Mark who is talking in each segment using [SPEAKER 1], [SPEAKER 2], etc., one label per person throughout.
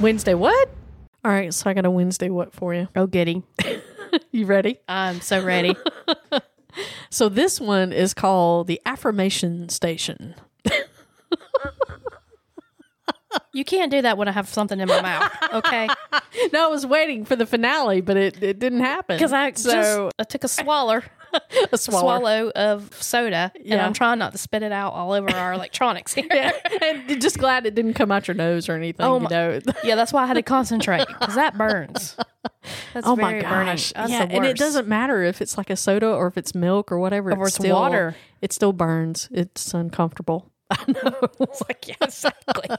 [SPEAKER 1] Wednesday what? All right, so I got a Wednesday what for you.
[SPEAKER 2] Oh, goody.
[SPEAKER 1] You ready?
[SPEAKER 2] I'm so ready.
[SPEAKER 1] So this one is called the affirmation station.
[SPEAKER 2] you can't do that when I have something in my mouth, okay?
[SPEAKER 1] No, I was waiting for the finale, but it, it didn't happen.
[SPEAKER 2] Because I
[SPEAKER 1] so
[SPEAKER 2] just I took a swaller,
[SPEAKER 1] a swallow.
[SPEAKER 2] swallow of soda, and
[SPEAKER 1] Yeah.
[SPEAKER 2] I'm trying not to spit it out all over our electronics here.
[SPEAKER 1] and just glad it didn't come out your nose or anything.
[SPEAKER 2] Oh
[SPEAKER 1] you
[SPEAKER 2] my-
[SPEAKER 1] know.
[SPEAKER 2] Yeah, that's why I had to concentrate because that burns. That's
[SPEAKER 1] oh my
[SPEAKER 2] very
[SPEAKER 1] gosh!
[SPEAKER 2] burning. That's
[SPEAKER 1] yeah,
[SPEAKER 2] the
[SPEAKER 1] and it
[SPEAKER 2] worst.
[SPEAKER 1] doesn't matter if it's like a soda or if it's milk or whatever.
[SPEAKER 2] Or
[SPEAKER 1] it's
[SPEAKER 2] it's
[SPEAKER 1] still,
[SPEAKER 2] water.
[SPEAKER 1] It still burns. It's uncomfortable. I know.
[SPEAKER 2] It's like yeah, exactly.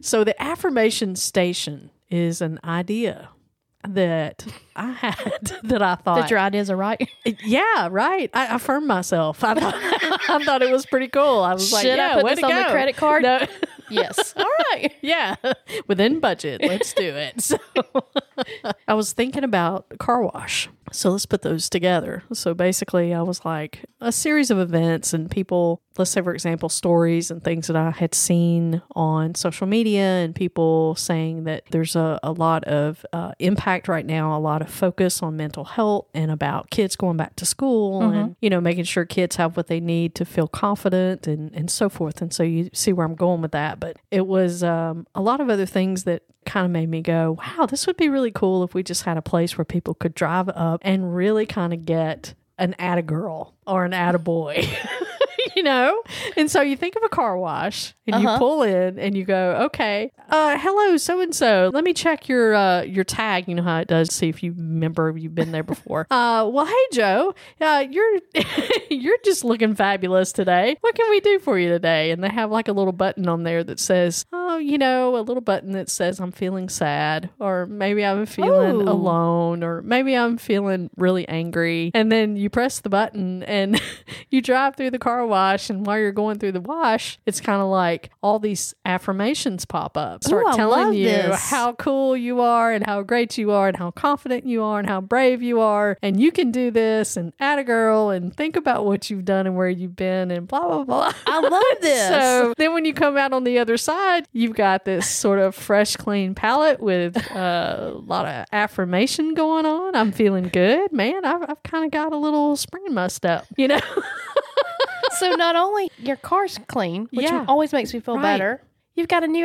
[SPEAKER 1] So the affirmation station is an idea that I had that I thought
[SPEAKER 2] That your ideas are right.
[SPEAKER 1] Yeah, right. I affirmed myself. I thought, I thought it was pretty cool. I was like,
[SPEAKER 2] Should I
[SPEAKER 1] yeah,
[SPEAKER 2] put
[SPEAKER 1] way
[SPEAKER 2] this
[SPEAKER 1] to
[SPEAKER 2] on the
[SPEAKER 1] go.
[SPEAKER 2] credit card?
[SPEAKER 1] No,
[SPEAKER 2] yes. All right.
[SPEAKER 1] yeah, within budget. Let's do it. So, I was thinking about car wash. So let's put those together. So basically, I was like a series of events and people, let's say, for example, stories and things that I had seen on social media and people saying that there's a, a lot of uh, impact right now, a lot of focus on mental health and about kids going back to school and, you know, making sure kids have what they need to feel confident and, and so forth. And so you see where I'm going with that. But it was um, a lot of other things that kind of made me go, wow, this would be really cool if we just had a place where people could drive up and really kind of get an atta girl or an atta boy. you know? And so you think of a car wash and you pull in and you go, okay, uh, hello, so and so. Let me check your uh, your tag. You know how it does, see if you remember if you've been there before. uh, well, hey, Joe, uh, you're you're just looking fabulous today. What can we do for you today? And they have like a little button on there that says, oh, you know, a little button that says I'm feeling sad, or maybe I'm feeling
[SPEAKER 2] Ooh.
[SPEAKER 1] alone, or maybe I'm feeling really angry. And then you press the button and you drive through the car wash. And while you're going through the wash, it's kind of like all these affirmations pop up, start
[SPEAKER 2] Ooh, I
[SPEAKER 1] telling
[SPEAKER 2] love
[SPEAKER 1] you
[SPEAKER 2] this.
[SPEAKER 1] how cool you are, and how great you are, and how confident you are, and how brave you are, and you can do this, and add a girl, and think about what you've done and where you've been, and blah, blah, blah.
[SPEAKER 2] I love this.
[SPEAKER 1] So then when you come out on the other side, you've got this sort of fresh, clean palette with uh, a lot of affirmation going on. I'm feeling good, man. I've, I've kind of got a little spring in my step, you know?
[SPEAKER 2] so not only your car's clean, which
[SPEAKER 1] Yeah.
[SPEAKER 2] always makes me feel
[SPEAKER 1] Right.
[SPEAKER 2] better, you've got a new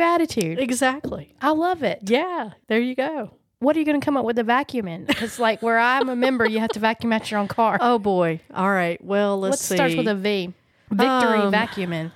[SPEAKER 2] attitude.
[SPEAKER 1] exactly.
[SPEAKER 2] I love it.
[SPEAKER 1] Yeah, there you go.
[SPEAKER 2] What are you going to come up with a vacuum in? Because like where I'm a member, you have to vacuum out your own car.
[SPEAKER 1] Oh boy. All right. Well,
[SPEAKER 2] what
[SPEAKER 1] let's see.
[SPEAKER 2] starts with a V? Victory
[SPEAKER 1] Um,
[SPEAKER 2] vacuum in.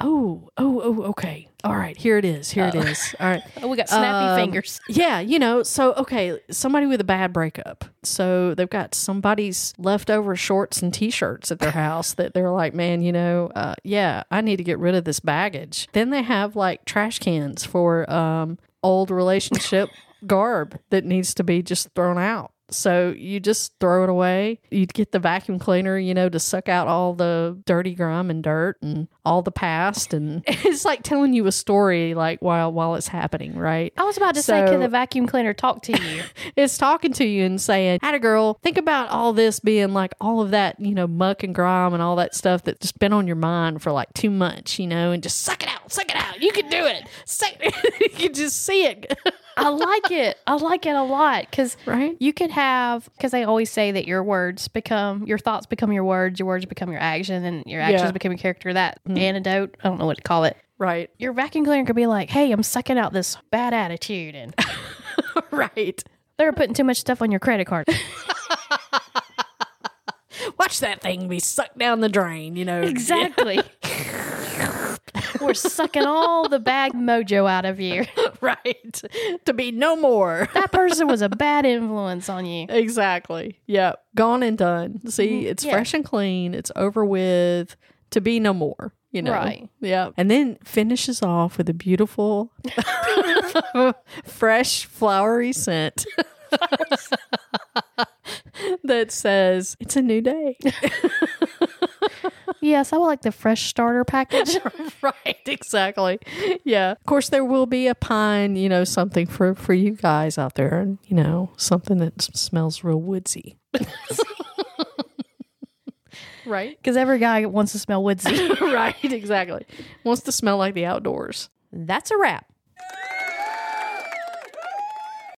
[SPEAKER 1] Oh, oh, oh, okay. All right. Here it is. Here it is. All right.
[SPEAKER 2] Oh, we got snappy
[SPEAKER 1] Um,
[SPEAKER 2] fingers.
[SPEAKER 1] Yeah, you know, so okay, somebody with a bad breakup. So they've got somebody's leftover shorts and t-shirts at their house that they're like, man, you know, uh, yeah, I need to get rid of this baggage. Then they have like trash cans for um, old relationship garb that needs to be just thrown out. So you just throw it away. You'd get the vacuum cleaner, you know, to suck out all the dirty grime and dirt and all the past. And it's like telling you a story, like while while it's happening, right?
[SPEAKER 2] I was about to say,
[SPEAKER 1] so-
[SPEAKER 2] can the vacuum cleaner talk to you?
[SPEAKER 1] is talking to you and saying, Had a girl, think about all this being like all of that, you know, muck and grime and all that stuff that's just been on your mind for like two months, you know, and just suck it out, suck it out. You can do it. Suck- you can just see it.
[SPEAKER 2] I like it. I like it a lot because
[SPEAKER 1] Right?
[SPEAKER 2] you could have because they always say that your words become your thoughts become your words, your words become your action, and your actions
[SPEAKER 1] Yeah. Mm-hmm.
[SPEAKER 2] become your character. That antidote. I don't know what to call it.
[SPEAKER 1] Right.
[SPEAKER 2] Your vacuum cleaner could be like, "Hey, I'm sucking out this bad attitude, and
[SPEAKER 1] Right.
[SPEAKER 2] they're putting too much stuff on your credit card."
[SPEAKER 1] Watch that thing be sucked down the drain, you know.
[SPEAKER 2] Exactly. We're sucking all the bad mojo out of you.
[SPEAKER 1] right. To be no more.
[SPEAKER 2] That person was a bad influence on you.
[SPEAKER 1] Exactly. Yep. Gone and done. See, it's
[SPEAKER 2] Mm-hmm. Yeah.
[SPEAKER 1] fresh and clean. It's over with. To be no more. You know.
[SPEAKER 2] Right.
[SPEAKER 1] Yeah. And then finishes off with a beautiful, fresh, flowery scent. that says it's a new day.
[SPEAKER 2] Yes, I would like the fresh starter package.
[SPEAKER 1] right, exactly. Yeah. Of course there will be a pine, you know, something for for you guys out there and you know, something that s- smells real woodsy. right?
[SPEAKER 2] Because every guy wants to smell woodsy.
[SPEAKER 1] right, exactly. Wants to smell like the outdoors. That's a wrap.